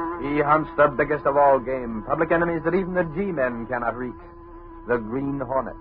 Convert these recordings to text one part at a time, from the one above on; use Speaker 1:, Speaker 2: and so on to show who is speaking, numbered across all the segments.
Speaker 1: announced the biggest of all game, public enemies that even the G-men cannot reach, the Green Hornet.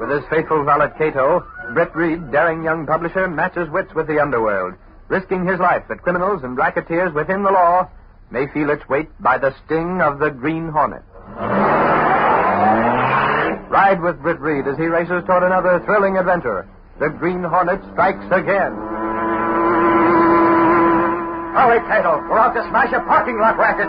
Speaker 1: With his faithful valet Cato, Brett Reed, daring young publisher, matches wits with the underworld, risking his life that criminals and racketeers within the law may feel its weight by the sting of the Green Hornet. Ride with Britt Reed as he races toward another thrilling adventure. The Green Hornet strikes again. Hurry, Cato! We're out to smash a parking lot racket!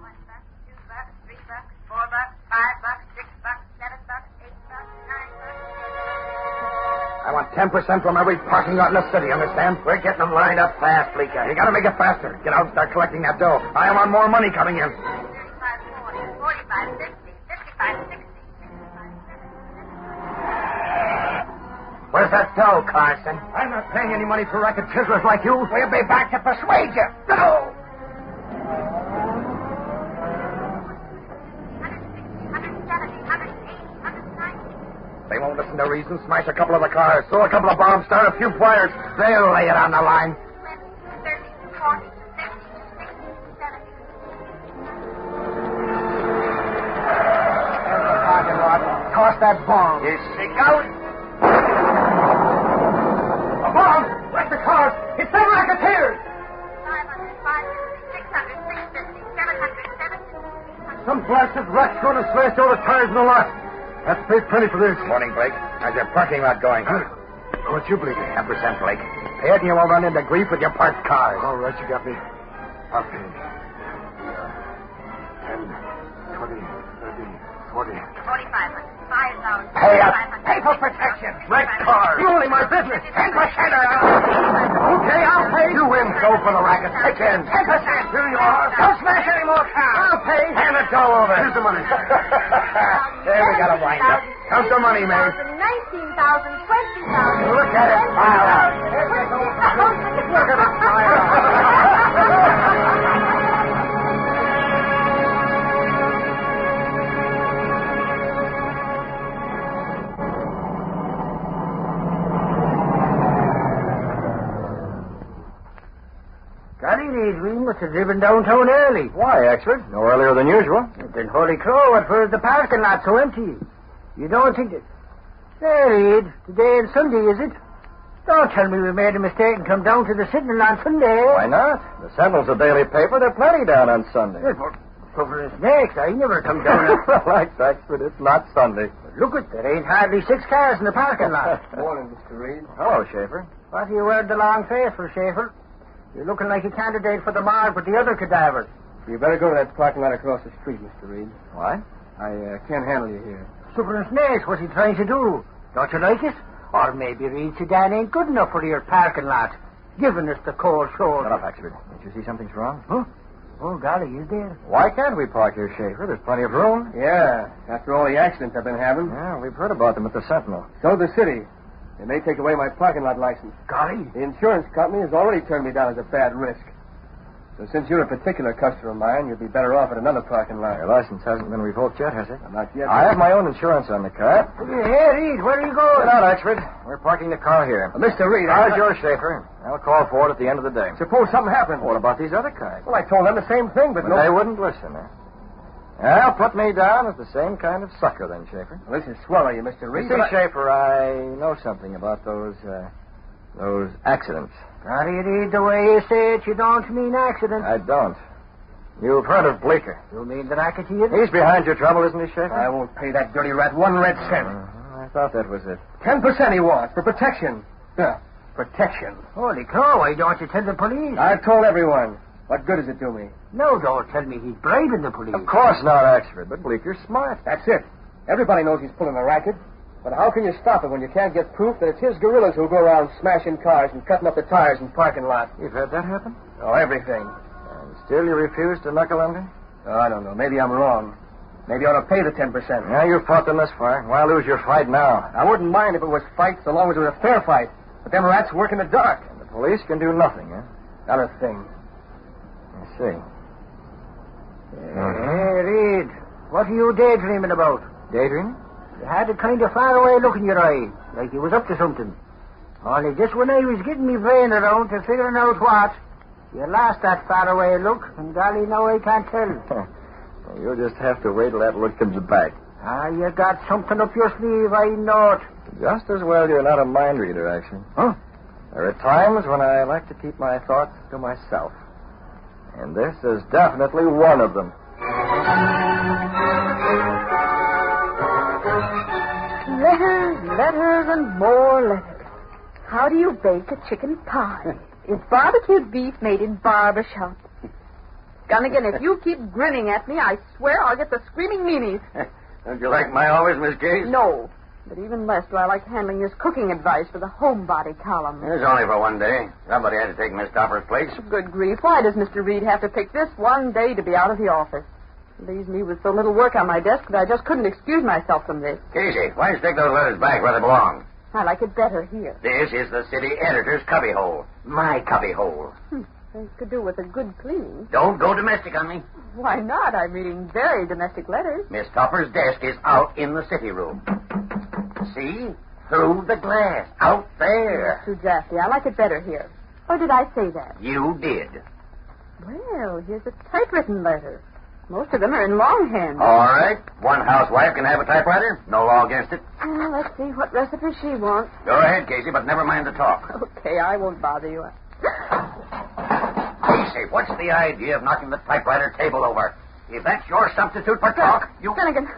Speaker 2: One buck, two bucks, three bucks, four bucks, five bucks, six bucks, seven bucks, eight bucks, nine bucks.
Speaker 1: I want 10% from every parking lot in the city, understand? We're getting them lined up fast, Bleeker. You gotta make it faster. Get out and start collecting that dough. I want more money coming in.
Speaker 2: Thirty-five, forty, forty-five, fifty, fifty-five, sixty, fifty-five, seventy.
Speaker 1: Where's that dough, Carson? I'm not paying any money for racket chiselers like you. We'll be back to persuade you. No!
Speaker 2: 160, 170, 180, 190.
Speaker 1: They won't listen to reason. Smash a couple of the cars, throw a couple of bombs, start a few fires. They'll lay it on the line.
Speaker 2: 20, 30, 40, 50, 60, 70.
Speaker 1: Parking lot. Toss that bomb. You shake out. A bomb! Wreck the cars! It's them racketeers!
Speaker 2: 500, 550,
Speaker 1: Some
Speaker 2: 600, 650, 700, 750.
Speaker 1: blasted rat's going to slash all the tires in the lot. Have to pay plenty for this. Morning, Blake. How's your parking lot going? What's you, Blake? Ten percent, Blake. Pay it and you won't run into grief with your parked cars. All right, you got me. I'll pay. Ten, twenty, thirty, forty.
Speaker 2: 4500, 5000.
Speaker 1: Pay up.
Speaker 2: 500,
Speaker 1: Pay for protection.
Speaker 2: 600,
Speaker 1: Wreck cars.
Speaker 2: 700.
Speaker 1: Ruining my business. Ten percent or Okay, I'll pay. You win. Go for the racket. Take in. Ten percent. Here you are. Don't smash any more cars. I'll pay. Hand it dough over. Here's the money. there we got a wind up. Count the money, Mary.
Speaker 2: 19,000, 20,000.
Speaker 1: Look at it pile up. Look at it pile up.
Speaker 3: Got in, Edwin. Must have driven downtown early.
Speaker 1: Why, Axford? No earlier than usual.
Speaker 3: Then holy crow, what for is the parking lot so empty? You don't think that... There, Ed. Today and Sunday, is it? Don't tell me we made a mistake and come down to the Signal on Sunday.
Speaker 1: Why not? The Sentinel's a daily paper. They're plenty down on Sunday.
Speaker 3: Yes, well, so for the snakes, I never come down. on-
Speaker 1: Relax, Axford. It's not Sunday.
Speaker 3: Look at there ain't hardly six cars in the parking lot.
Speaker 1: Morning, Mr. Reed. Hello, Schaefer.
Speaker 3: what are you wearing the long face for, Schaefer? You're looking like a candidate for the mob with the other cadavers.
Speaker 4: You better go to that parking lot across the street, Mr. Reed.
Speaker 1: Why?
Speaker 4: I uh, can't handle you here.
Speaker 3: Super Snakes, what's he trying to do? Don't you like it? Or maybe Reed Sedan ain't good enough for your parking lot, giving us the cold
Speaker 1: Shut
Speaker 3: shoulder.
Speaker 1: up, Axford. Did you see something's wrong?
Speaker 3: Oh, golly, is there?
Speaker 1: Why can't we park here, Schaefer? There's plenty of room.
Speaker 4: Yeah, after all the accidents I've been having.
Speaker 1: Yeah, we've heard about them at the Sentinel.
Speaker 4: So the city. They may take away my parking lot license.
Speaker 3: Golly.
Speaker 4: The insurance company has already turned me down as a bad risk. So since you're a particular customer of mine, you'll be better off at another parking lot.
Speaker 1: Your license hasn't been revoked yet, has it?
Speaker 4: Not yet.
Speaker 1: I have my own insurance on the car.
Speaker 3: Hey, Reed, where are you going?
Speaker 1: Get out, Axford. We're parking the car here.
Speaker 4: Uh, Mr. Reed,
Speaker 1: How's
Speaker 4: I...
Speaker 1: yours, Schaefer? I'll call for it at the end of the day.
Speaker 4: Suppose something happened.
Speaker 1: What about these other cars?
Speaker 4: Well, I told them the same thing, but
Speaker 1: But
Speaker 4: no...
Speaker 1: they wouldn't listen. Eh? Well, put me down as the same kind of sucker, then, Schaefer.
Speaker 4: Well, this is swell of you, Mr.
Speaker 1: You
Speaker 4: Reed.
Speaker 1: see,
Speaker 4: but I-
Speaker 1: Schaefer, I know something about those uh, those accidents.
Speaker 3: Golly, Reed, the way you say it, you don't mean accident.
Speaker 1: I don't. You've heard of Blaker.
Speaker 3: You mean that I could hear this?
Speaker 1: He's behind your trouble, isn't he, Sheriff?
Speaker 4: I won't pay that dirty rat one red cent.
Speaker 1: I thought that was it.
Speaker 4: Ten percent he wants for protection. Yeah, protection.
Speaker 3: Holy cow, why don't you tell the police?
Speaker 4: I've told everyone. What good does it do me?
Speaker 3: No, don't tell me he's bribing the police.
Speaker 1: Of course not, Axford, but Bleeker's smart.
Speaker 4: That's it. Everybody knows he's pulling a racket. But how can you stop it when you can't get proof that it's his gorillas who go around smashing cars and cutting up the tires in parking lots?
Speaker 1: You've had that happen?
Speaker 4: Oh, everything.
Speaker 1: And still you refuse to knuckle under?
Speaker 4: Oh, I don't know. Maybe I'm wrong. Maybe I ought to pay the 10%.
Speaker 1: Now you've fought them this far. Why lose your fight now?
Speaker 4: I wouldn't mind if it was fight so long as it was a fair fight. But them rats work in the dark.
Speaker 1: The police can do nothing, eh?
Speaker 4: Not a thing.
Speaker 1: I see. Mm-hmm.
Speaker 3: Hey, Reed, what are you daydreaming about?
Speaker 1: Daydreaming?
Speaker 3: You had a kind of faraway look in your eye, like you was up to something. Only just when I was getting me brain around to figuring out what, you lost that faraway look, and golly, now I can't tell.
Speaker 1: well, you'll just have to wait till that look comes back.
Speaker 3: Ah, you got something up your sleeve, I know it.
Speaker 1: Just as well you're not a mind reader, actually.
Speaker 3: Huh?
Speaker 1: There are times when I like to keep my thoughts to myself. And this is definitely one of them.
Speaker 5: Letters, letters, and more letters. How do you bake a chicken pie? it's barbecued beef made in barber shop. Gunnigan, if you keep grinning at me, I swear I'll get the screaming meanies.
Speaker 1: Don't you like my always, Miss Gates?
Speaker 5: No. But even less do I like handling this cooking advice for the homebody column.
Speaker 1: It was only for one day. Somebody had to take Miss Dopper's place.
Speaker 5: Good grief, why does Mr. Reed have to pick this one day to be out of the office? Leaves me with so little work on my desk that I just couldn't excuse myself from this.
Speaker 1: Casey, why don't you take those letters back where they belong?
Speaker 5: I like it better here.
Speaker 1: This is the city editor's cubbyhole. My cubbyhole.
Speaker 5: Things could do with a good cleaning.
Speaker 1: Don't go domestic on me.
Speaker 5: Why not? I'm reading very domestic letters.
Speaker 1: Miss Topper's desk is out in the city room. See? Through the glass. Out there.
Speaker 5: It's too drafty. I like it better here. Or did I say that?
Speaker 1: You did.
Speaker 5: Well, here's a typewritten letter. Most of them are in longhand.
Speaker 1: All right. One housewife can have a typewriter. No law against it.
Speaker 5: Well, Ah, let's see what recipe she wants.
Speaker 1: Go ahead, Casey, but never mind the talk.
Speaker 5: Okay, I won't bother you.
Speaker 1: Oh. Casey, what's the idea of knocking the typewriter table over? If that's your substitute for talk, you. What's
Speaker 5: Finnegan,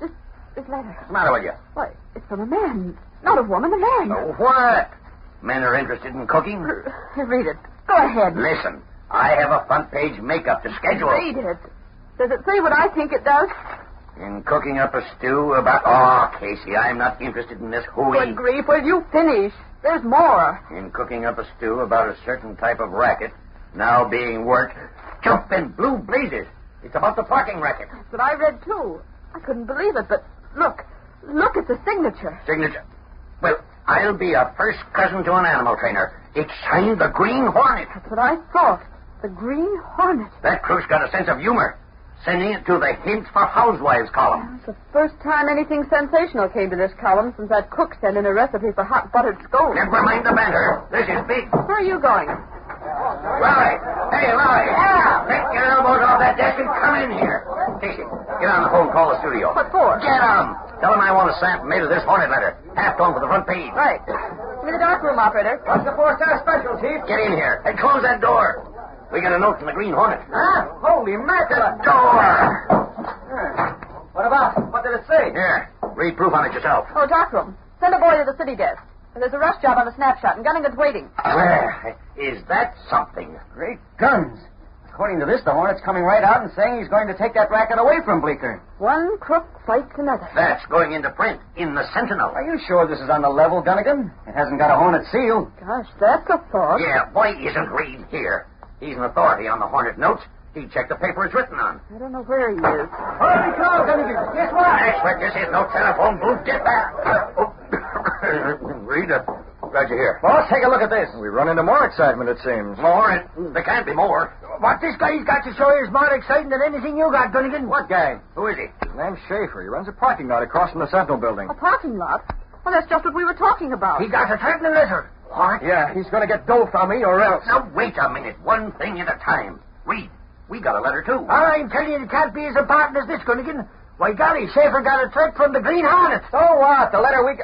Speaker 5: this, this letter.
Speaker 1: the matter with you?
Speaker 5: Why, it's from a man. Not a woman, a man.
Speaker 1: Oh, what? Men are interested in cooking?
Speaker 5: R- Read it. Go ahead.
Speaker 1: Listen, I have a front page makeup to schedule.
Speaker 5: Read it. Does it say what I think it does?
Speaker 1: In cooking up a stew about. Oh, Casey, I'm not interested in this hooey.
Speaker 5: Good grief, will you finish? There's more.
Speaker 1: In cooking up a stew about a certain type of racket now being worked. Jump in blue blazes. It's about the parking racket.
Speaker 5: That's what I read, too. I couldn't believe it, but look. Look at the signature.
Speaker 1: Signature. Well, I'll be a first cousin to an animal trainer. It's signed the Green Hornet.
Speaker 5: That's what I thought. The Green Hornet.
Speaker 1: That crew's got a sense of humor. Sending it to the Hints for Housewives column.
Speaker 5: It's the first time anything sensational came to this column since that cook sent in a recipe for hot buttered scones.
Speaker 1: Never mind the banter. This is big.
Speaker 5: Where are you going?
Speaker 1: Lowry. Hey, Lowry. Yeah. Take your elbows off that desk and come in here. Casey, get on the phone and call the studio.
Speaker 5: What for?
Speaker 1: Get 'em. Tell them I want a sample made of this hornet letter. Half tone for the front page.
Speaker 5: Right. Give me the dark room, operator.
Speaker 1: What's the four-star special, Chief? Get in here and close that door. We got a note from the Green Hornet.
Speaker 3: Huh? Holy mackerel.
Speaker 1: The door.
Speaker 3: What about? What did it say?
Speaker 1: Here, read proof on it yourself.
Speaker 5: Oh, dark room. Send a boy to the city desk. There's a rush job on the snapshot, and Gunnigan's waiting.
Speaker 1: There. Is that something?
Speaker 6: Great guns. According to this, the Hornet's coming right out and saying he's going to take that racket away from Bleeker.
Speaker 5: One crook fights another.
Speaker 1: That's going into print in the Sentinel.
Speaker 6: Are you sure this is on the level, Gunnigan? It hasn't got a Hornet seal.
Speaker 5: Gosh, that's a thought.
Speaker 1: Yeah, why isn't Reed here? He's an authority on the Hornet notes. He checked the paper it's written on.
Speaker 5: I don't know where he is.
Speaker 6: Holy cow, Gunnigan. Guess
Speaker 1: I expect this is no telephone booth. Get back. Reed, uh, glad you're here.
Speaker 6: Boss, Oh, take a look at this.
Speaker 4: We run into more excitement, it seems.
Speaker 1: More? It, there can't be more.
Speaker 3: What this guy's got to show you is more exciting than anything you got, Gunnigan.
Speaker 6: What gang?
Speaker 1: Who is he?
Speaker 4: His name's Schaefer. He runs a parking lot across from the Sentinel building.
Speaker 5: A parking lot? Well, that's just what we were talking about.
Speaker 3: He got a threatening letter.
Speaker 1: What?
Speaker 4: Yeah, he's going to get dough from me or else.
Speaker 1: Now, wait a minute. One thing at a time. Reed, we got a letter, too.
Speaker 3: All I'm telling you, it can't be as important as this, Gunnigan. Why, golly, Schaefer got a threat from the Green Hornet.
Speaker 6: So what? The letter we...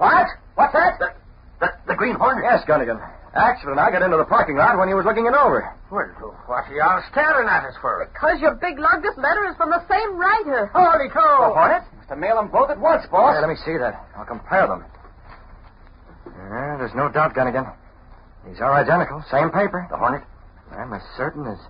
Speaker 6: What? What's that?
Speaker 1: The, the, the Green Hornet.
Speaker 4: Yes, Gunnigan.
Speaker 7: Accident. I got into the parking lot when he was looking it over.
Speaker 8: Well, what are y'all staring at us for?
Speaker 5: Because your big lug, this letter is from the same writer.
Speaker 8: Holy cow!
Speaker 7: Hornet? Must have mailed them both at once, boss.
Speaker 1: Yeah, let me see that. I'll compare them. Yeah, there's no doubt, Gunnigan. These are identical. Same paper. The Hornet? I'm as certain as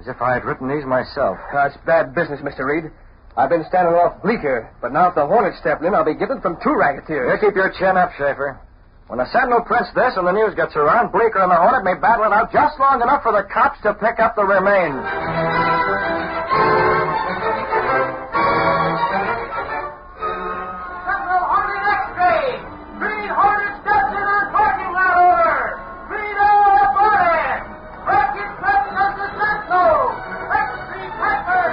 Speaker 1: as if I had written these myself.
Speaker 7: That's bad business, Mr. Reed. I've been standing off Bleecker, but now if the Hornet's stepping in, I'll be given from two
Speaker 1: You
Speaker 7: racketeers.
Speaker 1: keep your chin up, Schaefer. When the Sentinel prints this and the news gets around, Bleeker and the Hornet may battle it out just long enough for the cops to pick up the remains.
Speaker 8: Sentinel Hornet X-ray! Green Hornet steps in on parking lot over! Green Hornet body! Rocket threatened us the Sentinel! X-ray Pepper!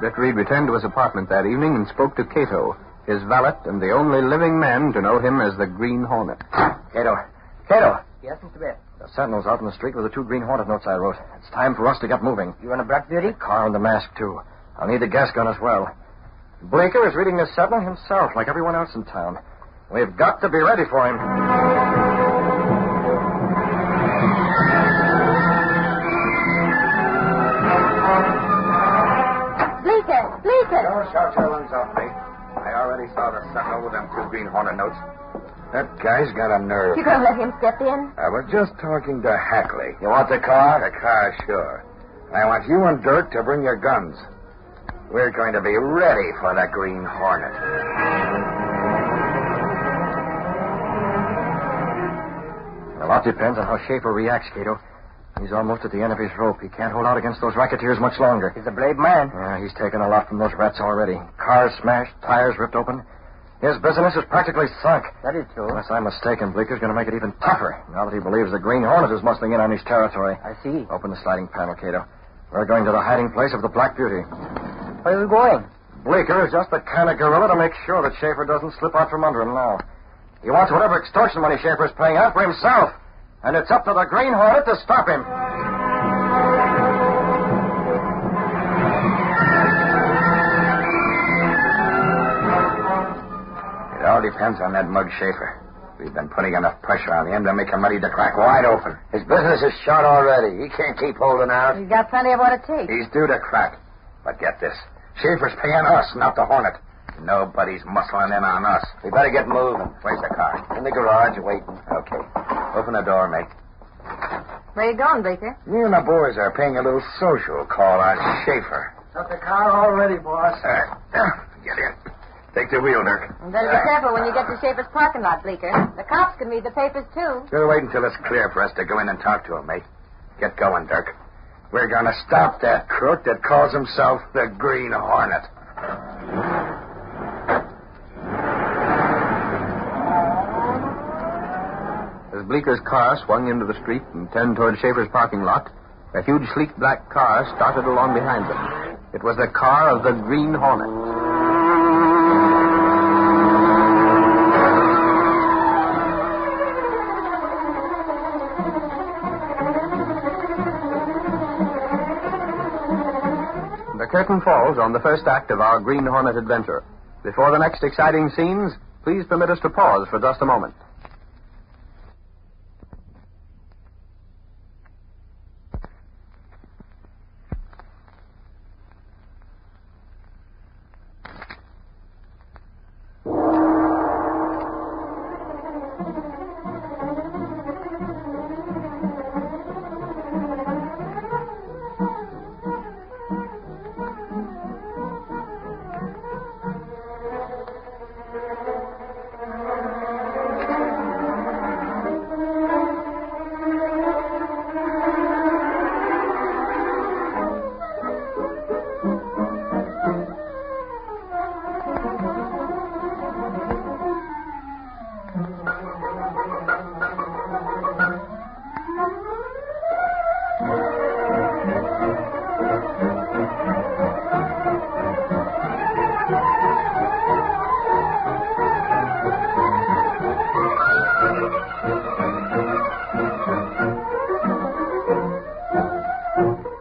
Speaker 9: Dick Reed returned to his apartment that evening and spoke to Cato, his valet and the only living man to know him as the Green Hornet.
Speaker 1: Cato. Cato!
Speaker 4: Yes, Mr. Best.
Speaker 1: The Sentinel's out in the street with the two Green Hornet notes I wrote. It's time for us to get moving.
Speaker 4: You want a black beauty?
Speaker 1: Car and the mask, too. I'll need the gas gun as well. Bleeker is reading the Sentinel himself, like everyone else in town. We've got to be ready for him.
Speaker 5: Bleaker, Bleaker.
Speaker 1: Don't shout your lungs off me. I already saw the Sentinel with them two Green Hornet notes. That guy's got a nerve.
Speaker 5: You gonna let him step in?
Speaker 1: I was just talking to Hackley. You want the car? The car, sure. I want you and Dirk to bring your guns. We're going to be ready for the Green Hornet. A lot depends on how Schaefer reacts, Cato. He's almost at the end of his rope. He can't hold out against those racketeers much longer.
Speaker 4: He's a brave man.
Speaker 1: Yeah, he's taken a lot from those rats already. Cars smashed, tires ripped open. His business is practically sunk.
Speaker 4: That is true.
Speaker 1: Unless I'm mistaken, Bleeker's going to make it even tougher now that he believes the Green Hornet is muscling in on his territory.
Speaker 4: I see.
Speaker 1: Open the sliding panel, Cato. We're going to the hiding place of the Black Beauty.
Speaker 4: Where are we going?
Speaker 1: Bleeker is just the kind of gorilla to make sure that Schaefer doesn't slip out from under him now. He wants whatever extortion money Schaefer's paying out for himself. And it's up to the Green Hornet to stop him. It all depends on that mug Schaefer. We've been putting enough pressure on him to make him ready to crack wide open. His business is shot already. He can't keep holding out.
Speaker 5: He's got plenty of what it takes.
Speaker 1: He's due to crack. But get this. Schaefer's paying us, not the Hornet. Nobody's muscling in on us. We better get moving. Where's the car? In the garage, waiting. Okay. Open the door, mate.
Speaker 5: Where you going, Bleaker?
Speaker 1: Me and the boys are paying a little social call on Schaefer.
Speaker 4: Got the car already, boss.
Speaker 1: Uh, get in. Take the wheel, Dirk.
Speaker 5: And better be careful when you get to Schaefer's parking lot, Bleaker. The cops can read the papers, too.
Speaker 1: We'll wait until it's clear for us to go in and talk to him, mate. Get going, Dirk. We're going to stop that crook that calls himself the Green Hornet.
Speaker 9: As Bleeker's car swung into the street and turned toward Schaefer's parking lot, a huge sleek black car started along behind them. It was the car of the Green Hornet. The curtain falls on the first act of our Green Hornet adventure. Before the next exciting scenes, please permit us to pause for just a moment.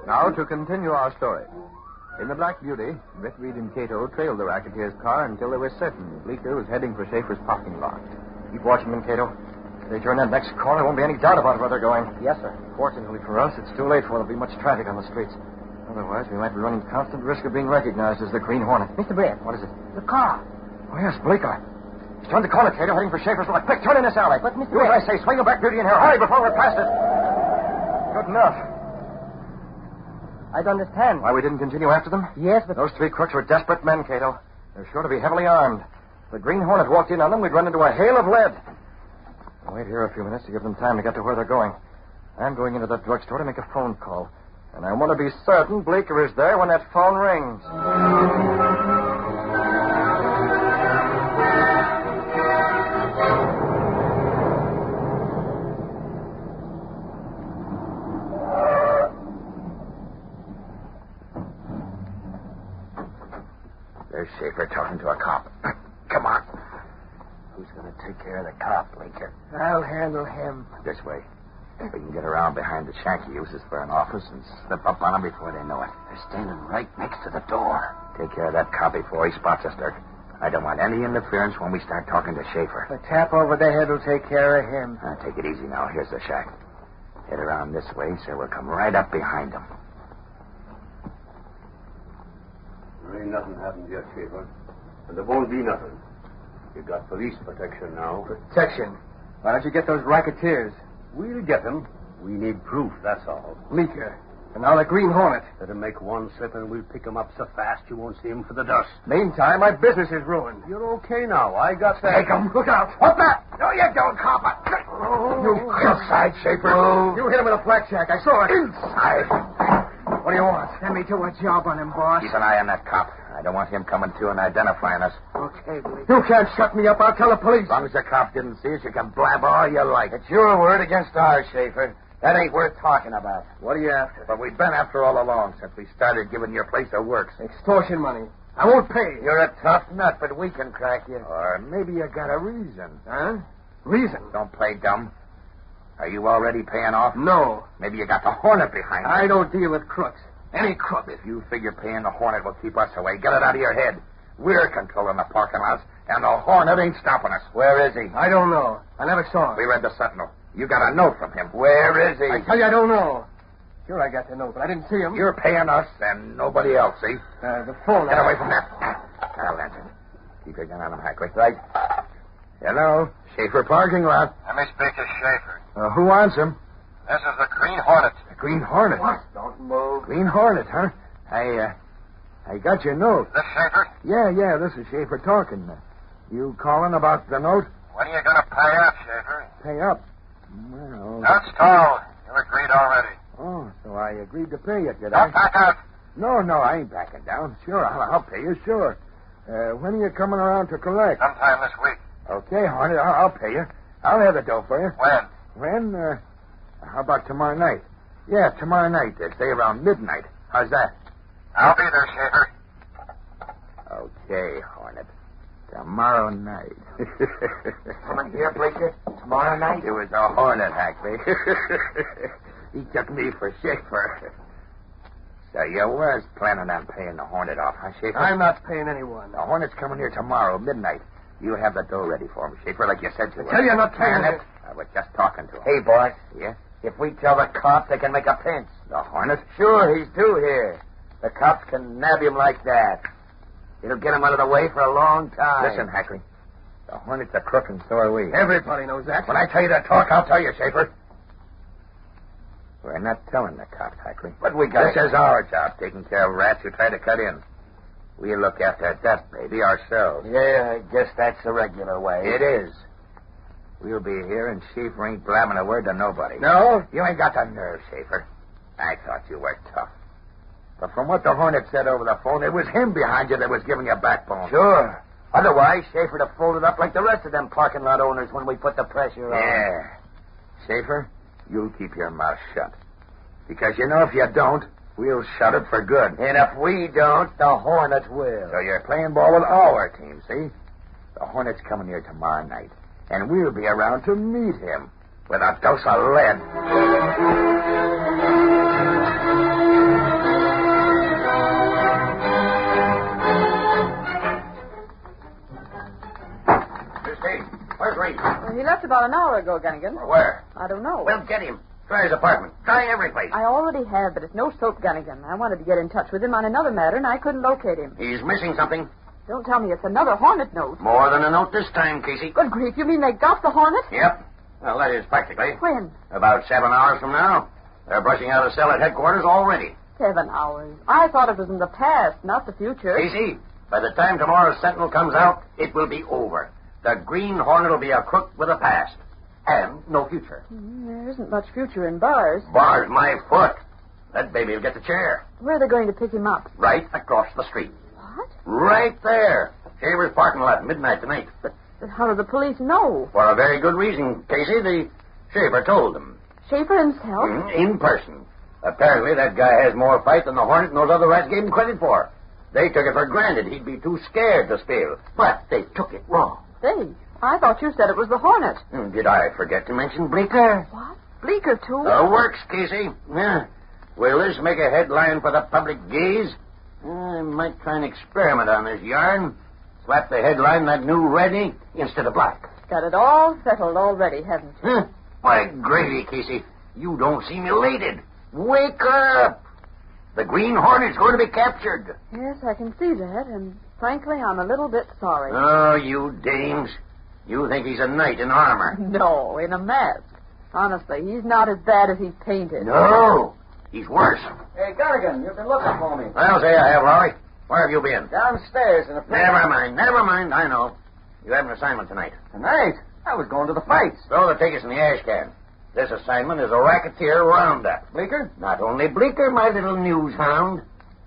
Speaker 9: Now to continue our story.
Speaker 1: In the Black Beauty, Miss Reed and Cato trailed the racketeer's car until they were certain Bleeker was heading for Schaefer's parking lot.
Speaker 10: Keep watching them, Cato. If they turn that next corner, there won't be any doubt about where they're going.
Speaker 4: Yes, sir.
Speaker 10: Fortunately for us, it's too late for there'll be much traffic on the streets. Otherwise, we might be running constant risk of being recognized as the Green Hornet.
Speaker 11: Mr. Brett,
Speaker 10: What is it?
Speaker 11: the car.
Speaker 10: Oh, yes, Bleeker. He's turned the corner, Cato, heading for Schaefer's lot. Quick, turn in this alley.
Speaker 11: But, Mr.
Speaker 10: Do as I
Speaker 11: Brett-
Speaker 10: say. Swing your back, Beauty, and here. Hurry before we're past it. Good enough.
Speaker 4: I don't understand.
Speaker 10: Why we didn't continue after them?
Speaker 4: Yes, but
Speaker 10: Those three crooks were desperate men, Cato. They're sure to be heavily armed. If the Green Hornet walked in on them, we'd run into a hail of lead. I'll wait here a few minutes to give them time to get to where they're going. I'm going into that drugstore to make a phone call. And I want to be certain Bleeker is there when that phone rings.
Speaker 1: There's Schaefer talking to a cop. Come on. Who's going to take care of the cop, Bleeker?
Speaker 11: I'll handle him.
Speaker 1: This way. We can get around behind the shack he uses for an office and slip up on him before they know it. They're standing right next to the door. Take care of that cop before he spots us, Dirk. I don't want any interference when we start talking to Schaefer.
Speaker 11: The tap over the head will take care of him.
Speaker 1: Now, take it easy now. Here's the shack. Head around this way so we'll come right up behind him.
Speaker 12: There ain't nothing happened yet, Schaefer. And there won't be nothing. You got police protection now.
Speaker 4: protection. Why don't you get those racketeers?
Speaker 12: We'll get them. We need proof, that's all.
Speaker 4: Bleeker. And now the Green Hornet.
Speaker 12: Better make one slip and we'll pick 'em up so fast you won't see 'em for the dust.
Speaker 4: Meantime, my business is ruined.
Speaker 12: You're okay now. I got that.
Speaker 4: Take 'em. Look out. What the? No, you don't, copper. Oh. You inside, Shaper.
Speaker 1: Oh.
Speaker 4: You hit him with a blackjack. I saw it. Inside. What do you want?
Speaker 11: Send me to a job on him, boss.
Speaker 1: Keep an eye on that cop. I don't want him coming to and identifying us.
Speaker 11: Okay, Blake.
Speaker 4: You can't shut me up. I'll tell the police.
Speaker 1: As long as the cop didn't see us, you can blab all you like.
Speaker 10: It's your word against ours, Schaefer. That ain't worth talking about.
Speaker 1: What are you after? But we've been after all along since we started giving your place a works.
Speaker 4: Extortion money. I won't pay.
Speaker 10: You're a tough nut, but we can crack you.
Speaker 1: Or maybe you got a reason.
Speaker 4: Huh? Reason.
Speaker 1: Don't play dumb. Are you already paying off?
Speaker 4: No.
Speaker 1: Maybe you got the Hornet behind you.
Speaker 4: I don't deal with crooks. Any crook.
Speaker 1: If you figure paying the Hornet will keep us away, get it out of your head. We're controlling the parking lots, and the Hornet ain't stopping us. Where is he?
Speaker 4: I don't know. I never saw him.
Speaker 1: We read the Sentinel. You got a note from him. Where is he?
Speaker 4: I tell you, I don't know. Sure, I got to know, but I didn't see him.
Speaker 1: You're paying us and nobody else, see?
Speaker 4: Uh, the phone.
Speaker 1: Get away from that. I'll answer. Keep your gun on him, Hackwick. Right. Hello? Schaefer parking lot.
Speaker 10: Let me speak to Schaefer.
Speaker 1: Uh, who wants him?
Speaker 10: This is the Green Hornet.
Speaker 1: The Green Hornet.
Speaker 12: Don't move.
Speaker 1: Green Hornet, huh? I, uh, I got your note.
Speaker 10: This Schaefer?
Speaker 1: Yeah, yeah, this is Schaefer talking. You calling about the note?
Speaker 10: When are you going to pay up, Schaefer?
Speaker 1: Pay up. Well.
Speaker 10: That's told. You agreed already.
Speaker 1: Oh, so I agreed to pay it, did I?
Speaker 10: Don't back
Speaker 1: ah.
Speaker 10: out.
Speaker 1: No, no, I ain't backing down. Sure, I'll, I'll pay you, sure. Uh, when are you coming around to collect?
Speaker 10: Sometime this week.
Speaker 1: Okay, Hornet, I'll, I'll pay you. I'll have the dough for you. When?
Speaker 10: When?
Speaker 1: Uh, how about tomorrow night? Yeah, tomorrow night. Uh, say around midnight. How's that?
Speaker 10: I'll be there, Schaefer.
Speaker 1: Okay, Hornet. Tomorrow night.
Speaker 10: Coming here, Bleaker? Tomorrow night?
Speaker 1: it was a Hornet, Hackney. he took me for Schaefer. So you was planning on paying the Hornet off, huh, Schaefer?
Speaker 4: I'm not paying anyone.
Speaker 1: The Hornet's coming here tomorrow, midnight. You have the dough ready for him, Schaefer, like you said you would.
Speaker 4: tell you I'm not paying
Speaker 1: Hornet,
Speaker 4: it.
Speaker 1: I was just talking to him.
Speaker 10: Hey, boss.
Speaker 1: Yes?
Speaker 10: If we tell the cops, they can make a pinch.
Speaker 1: The Hornet?
Speaker 10: Sure, he's due here. The cops can nab him like that. It'll get him out of the way for a long time.
Speaker 1: Listen, Hackley. The Hornet's a crook, and so are we.
Speaker 4: Everybody knows that.
Speaker 1: When I tell you to talk, I'll tell you, Schaefer. We're not telling the cops, Hackley.
Speaker 10: But we got
Speaker 1: This is our job, taking care of rats who try to cut in. We look after that baby ourselves.
Speaker 10: Yeah, I guess that's the regular way.
Speaker 1: It is. We'll be here, and Schaefer ain't blabbing a word to nobody.
Speaker 4: No?
Speaker 1: You ain't got the nerve, Schaefer. I thought you were tough. But from what the Hornet said over the phone, it was him behind you that was giving you backbone.
Speaker 10: Sure. Otherwise, Schaefer'd have folded up like the rest of them parking lot owners when we put the pressure on.
Speaker 1: Yeah. Schaefer, you'll keep your mouth shut. Because you know if you don't, we'll shut it for good.
Speaker 10: And if we don't, the Hornets will.
Speaker 1: So you're playing ball with our team, see? The Hornet's coming here tomorrow night, and we'll be around to meet him with a dose of lead.
Speaker 5: Well, he left about an hour ago, Gunnigan.
Speaker 1: Where?
Speaker 5: I don't know.
Speaker 1: Well, get him. Try his apartment. Try every place.
Speaker 5: I already have, but it's no soap, Gunnigan. I wanted to get in touch with him on another matter, and I couldn't locate him.
Speaker 1: He's missing something.
Speaker 5: Don't tell me it's another hornet note.
Speaker 1: More than a note this time, Casey.
Speaker 5: Good grief, you mean they got the hornet?
Speaker 1: Yep. Well, that is practically.
Speaker 5: When?
Speaker 1: About seven hours from now. They're brushing out a cell at headquarters already.
Speaker 5: Seven hours. I thought it was in the past, not the future.
Speaker 1: Casey, by the time tomorrow's Sentinel comes out, it will be over. The Green Hornet will be a crook with a past. And no future.
Speaker 5: Mm, There isn't much future in bars.
Speaker 1: Bars my foot. That baby will get the chair.
Speaker 5: Where are they going to pick him up?
Speaker 1: Right across the street.
Speaker 5: What?
Speaker 1: Right there. Shaver's parking lot, midnight tonight.
Speaker 5: But how do the police know?
Speaker 1: For a very good reason, Casey. The shaver told them.
Speaker 5: Schaefer himself?
Speaker 1: Mm, In person. Apparently, that guy has more fight than the Hornet and those other rats gave him credit for. They took it for granted he'd be too scared to spill. But they took it wrong.
Speaker 5: Hey, I thought you said it was the hornet.
Speaker 1: Hmm, Did I forget to mention Bleeker?
Speaker 5: What? Bleeker, too?
Speaker 1: The works, Casey. Yeah. Will this make a headline for the public gaze? I might try an experiment on this yarn. Slap the headline that new red ink instead of black.
Speaker 5: Got it all settled already, haven't you?
Speaker 1: Huh? Why, gravy, Casey, you don't seem elated. Wake up! The Green Hornet's going to be captured.
Speaker 5: Yes, I can see that, and frankly, I'm a little bit sorry.
Speaker 1: Oh, you dames. You think he's a knight in armor.
Speaker 5: No, in a mask. Honestly, he's not as bad as he's painted.
Speaker 1: No, he's worse.
Speaker 4: Hey, Garrigan, you've been looking for me.
Speaker 1: I'll say I have, Lowry. Where have you been?
Speaker 4: Downstairs in a
Speaker 1: Never mind, never mind. I know. You have an assignment tonight.
Speaker 4: Tonight? I was going to the fights.
Speaker 1: Throw the tickets in the ash can. This assignment is a racketeer roundup.
Speaker 4: Bleeker?
Speaker 1: Not only Bleeker, my little news hound,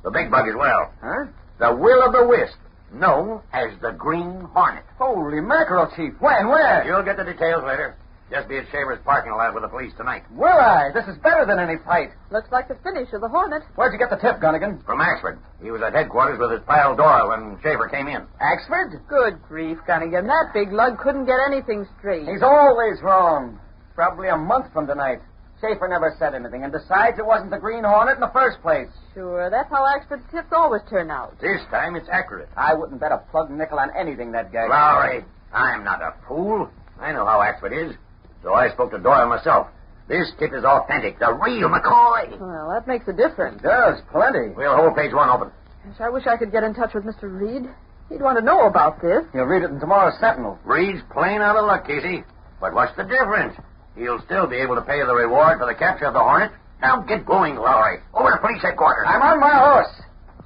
Speaker 1: the big bug as well.
Speaker 4: Huh?
Speaker 1: The Will o' the Wisp, known as the Green Hornet.
Speaker 4: Holy mackerel, Chief. When? Where?
Speaker 1: You'll get the details later. Just be at Shaver's parking lot with the police tonight.
Speaker 4: Will I? This is better than any fight.
Speaker 5: Looks like the finish of the hornet.
Speaker 4: Where'd you get the tip, Gunnigan?
Speaker 1: From Axford. He was at headquarters with his pal Dora when Shaver came in.
Speaker 4: Axford?
Speaker 5: Good grief, Gunnigan. That big lug couldn't get anything straight.
Speaker 4: He's always wrong. Probably a month from tonight. Schaefer never said anything, and besides, it wasn't the Green Hornet in the first place.
Speaker 5: Sure, that's how Axford's tips always turn out.
Speaker 1: This time it's accurate.
Speaker 4: I wouldn't bet a plug nickel on anything that guy.
Speaker 1: Lowry, I'm not a fool. I know how Axford is. So I spoke to Dora myself. This tip is authentic, the real McCoy.
Speaker 5: Well, that makes a difference.
Speaker 4: does, plenty.
Speaker 1: We'll hold page one open.
Speaker 5: Gosh, I wish I could get in touch with Mr. Reed. He'd want to know about this.
Speaker 4: You'll read it in tomorrow's Sentinel.
Speaker 1: Reed's plain out of luck, Casey. But what's the difference? He'll still be able to pay the reward for the capture of the Hornet. Now get going, Lowry. Over to police headquarters.
Speaker 4: I'm on my horse.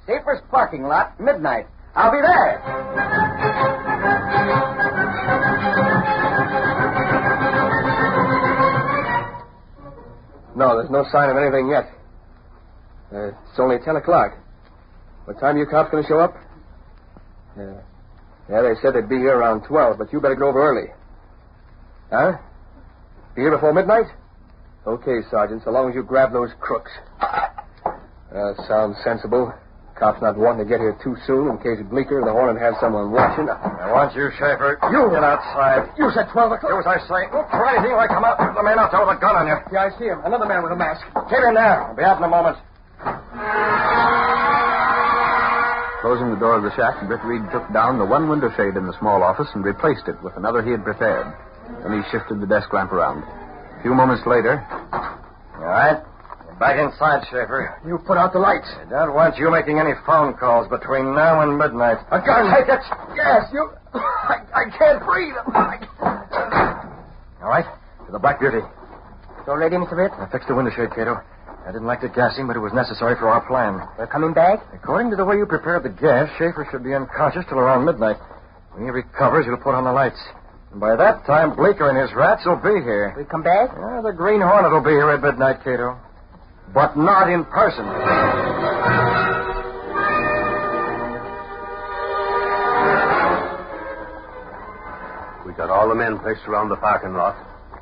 Speaker 4: Schaefer's parking lot, midnight. I'll be there.
Speaker 10: No, there's no sign of anything yet. Uh, it's only 10 o'clock. What time you cops going to show up? Yeah. yeah, they said they'd be here around 12, but you better get over early. Huh? Be here before midnight? Okay, Sergeant, so long as you grab those crooks. That sounds sensible. Cops not wanting to get here too soon in case Bleeker and the Hornet have someone watching.
Speaker 1: I want you, Schaefer.
Speaker 10: You get outside. You said 12 o'clock.
Speaker 1: Do as I say. Look for anything like come out. The man outside with a gun on you.
Speaker 10: Yeah, I see him. Another man with a mask.
Speaker 1: Get in there. I'll be out in a moment.
Speaker 3: Closing the door of the shack, Britt Reed took down the one window shade in the small office and replaced it with another he had prepared. Then he shifted the desk lamp around. A few moments later,
Speaker 1: All right. Get back inside, Schaefer.
Speaker 10: You put out the lights.
Speaker 1: I don't want you making any phone calls between now and midnight.
Speaker 10: I gotta take that gas. You. I, I can't breathe. Oh,
Speaker 1: All right. To the Black Beauty.
Speaker 11: So, lady, Mr. Britt,
Speaker 10: I fixed the window shade, Cato. I didn't like the gassing, but it was necessary for our plan.
Speaker 11: we're coming back.
Speaker 10: According to the way you prepared the gas, Schaefer should be unconscious till around midnight. When he recovers, you'll put on the lights. And by that time, Bleeker and his rats will be here.
Speaker 11: We come back.
Speaker 10: Yeah, the Green Hornet will be here at midnight, Cato. But not in person.
Speaker 12: We got all the men placed around the parking lot.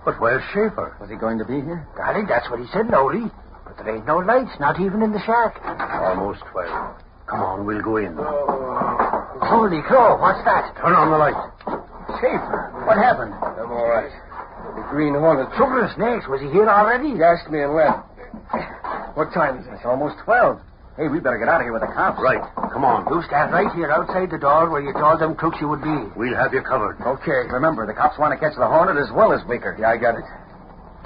Speaker 12: But where's Schaefer?
Speaker 10: Was he going to be here?
Speaker 11: Darling, that's what he said, Nolly. But there ain't no lights, not even in the shack.
Speaker 12: Almost twelve. Come on, we'll go in.
Speaker 11: Holy crow, what's that?
Speaker 12: Turn on the light.
Speaker 11: Schaefer, what happened?
Speaker 10: I'm all right. The Green Hornet.
Speaker 11: Trouble with snakes, was he here already?
Speaker 10: He asked me and when. What time is it?
Speaker 4: Almost twelve. Hey, we better get out of here with the cops.
Speaker 13: Right. Come on.
Speaker 14: You stand right here outside the door where you told them crooks you would be.
Speaker 13: We'll have you covered.
Speaker 4: Okay, remember, the cops want to catch the Hornet as well as Baker. Yeah, I got it.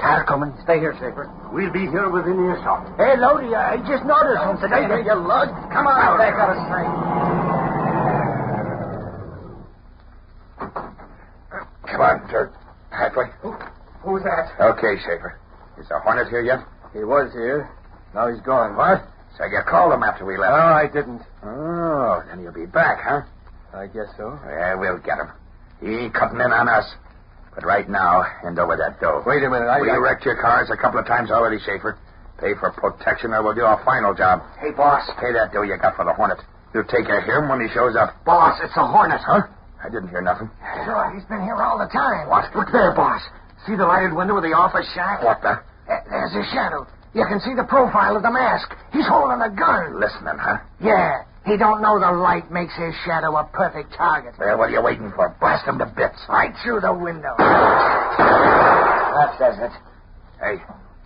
Speaker 14: Car coming. Stay here, Shaper.
Speaker 13: We'll be here within earshot.
Speaker 14: Hey, Lodi, I just noticed him today.
Speaker 4: Hey, you lug. Come on out.
Speaker 14: Back out of sight.
Speaker 1: Come on, Dirk. Halfway.
Speaker 4: Who's that?
Speaker 1: Okay, Schaefer. Is the Hornet here yet?
Speaker 4: He was here. Now he's gone. What?
Speaker 1: So you called him after we
Speaker 4: No,
Speaker 1: left.
Speaker 4: I didn't.
Speaker 1: Oh, then he'll be back, huh?
Speaker 4: I guess so.
Speaker 1: Yeah, we'll get him. He cutting in on us. But right now, end over that dough.
Speaker 4: Wait a minute. I,
Speaker 1: we
Speaker 4: I-
Speaker 1: wrecked your cars a couple of times already, Schaefer. Pay for protection or we'll do our final job. Hey, boss. Pay that dough you got for the Hornet. You'll take care of him when he shows up.
Speaker 14: Boss, it's a hornet.
Speaker 1: Huh? I didn't hear nothing.
Speaker 14: Sure, he's been here all the time. What? Look there, boss. See the lighted window of the office shack?
Speaker 1: What the?
Speaker 14: Eh, There's his shadow. You can see the profile of the mask. He's holding a gun.
Speaker 1: Listening, huh?
Speaker 14: Yeah, he don't know the light makes his shadow a perfect target.
Speaker 1: Well, what are you waiting for? Blast him to bits.
Speaker 14: Right through the window.
Speaker 1: That says it. Hey,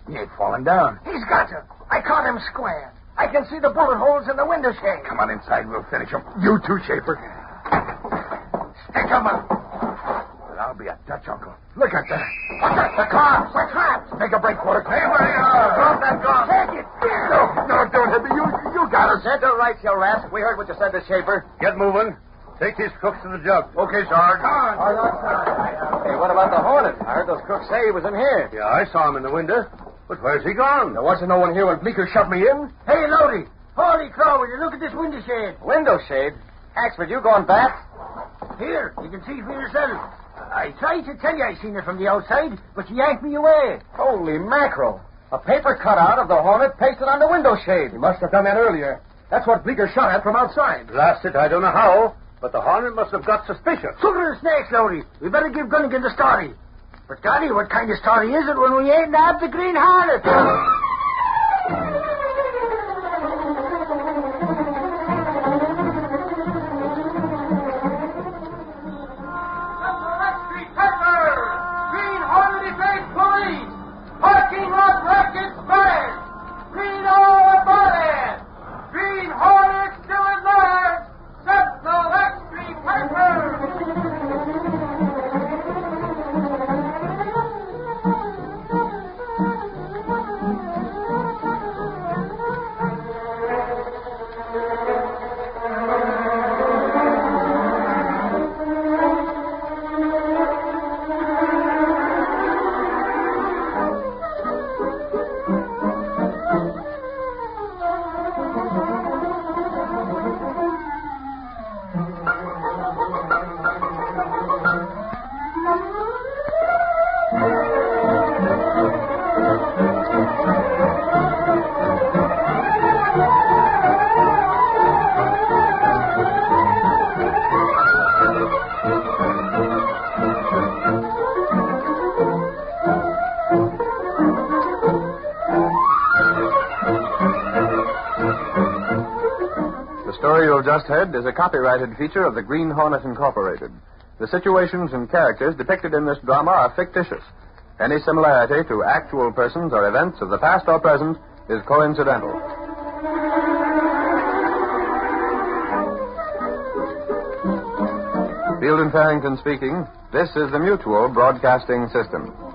Speaker 1: he ain't falling down.
Speaker 14: He's got him. I caught him square. I can see the bullet holes in the window shade.
Speaker 1: Come on inside. We'll finish him. You too, Schaefer. Stick him up. Well, I'll be a Dutch uncle. Look at that. Look at the car. We're trapped. Make a break for it. Hey, where you are. Drop that gun. Take it. No, no, don't hit me. You, you got us.
Speaker 4: Head to right, you rascal. We heard what you said to Schaefer.
Speaker 13: Get moving. Take these crooks to the job. Okay, Sarge.
Speaker 4: Hey, what about the Hornet? I heard those crooks say he was in here.
Speaker 13: Yeah, I saw him in the window. But where's he gone?
Speaker 4: There wasn't no one here when Bleeker shoved me in.
Speaker 14: Hey, Lodi. Holy crow, will you look at this window shade?
Speaker 4: Window shade. Axford, you going back?
Speaker 14: Here, you can see for yourself. I tried to tell you I seen it from the outside, but you yanked me away.
Speaker 4: Holy mackerel. A paper cutout of the Hornet pasted on the window shade. He must have done that earlier. That's what Bleeker shot at from outside.
Speaker 13: Blast it, I don't know how, but the Hornet must have got suspicious.
Speaker 14: Sugar and snakes, Lodi. We better give Gunnigan the story. But, Daddy, what kind of story is it when we ain't nabbed the Green Hornet?
Speaker 3: The story you've just heard is a copyrighted feature of the Green Hornet Incorporated. The situations and characters depicted in this drama are fictitious. Any similarity to actual persons or events of the past or present is coincidental. Field and Farrington speaking. This is the Mutual Broadcasting System.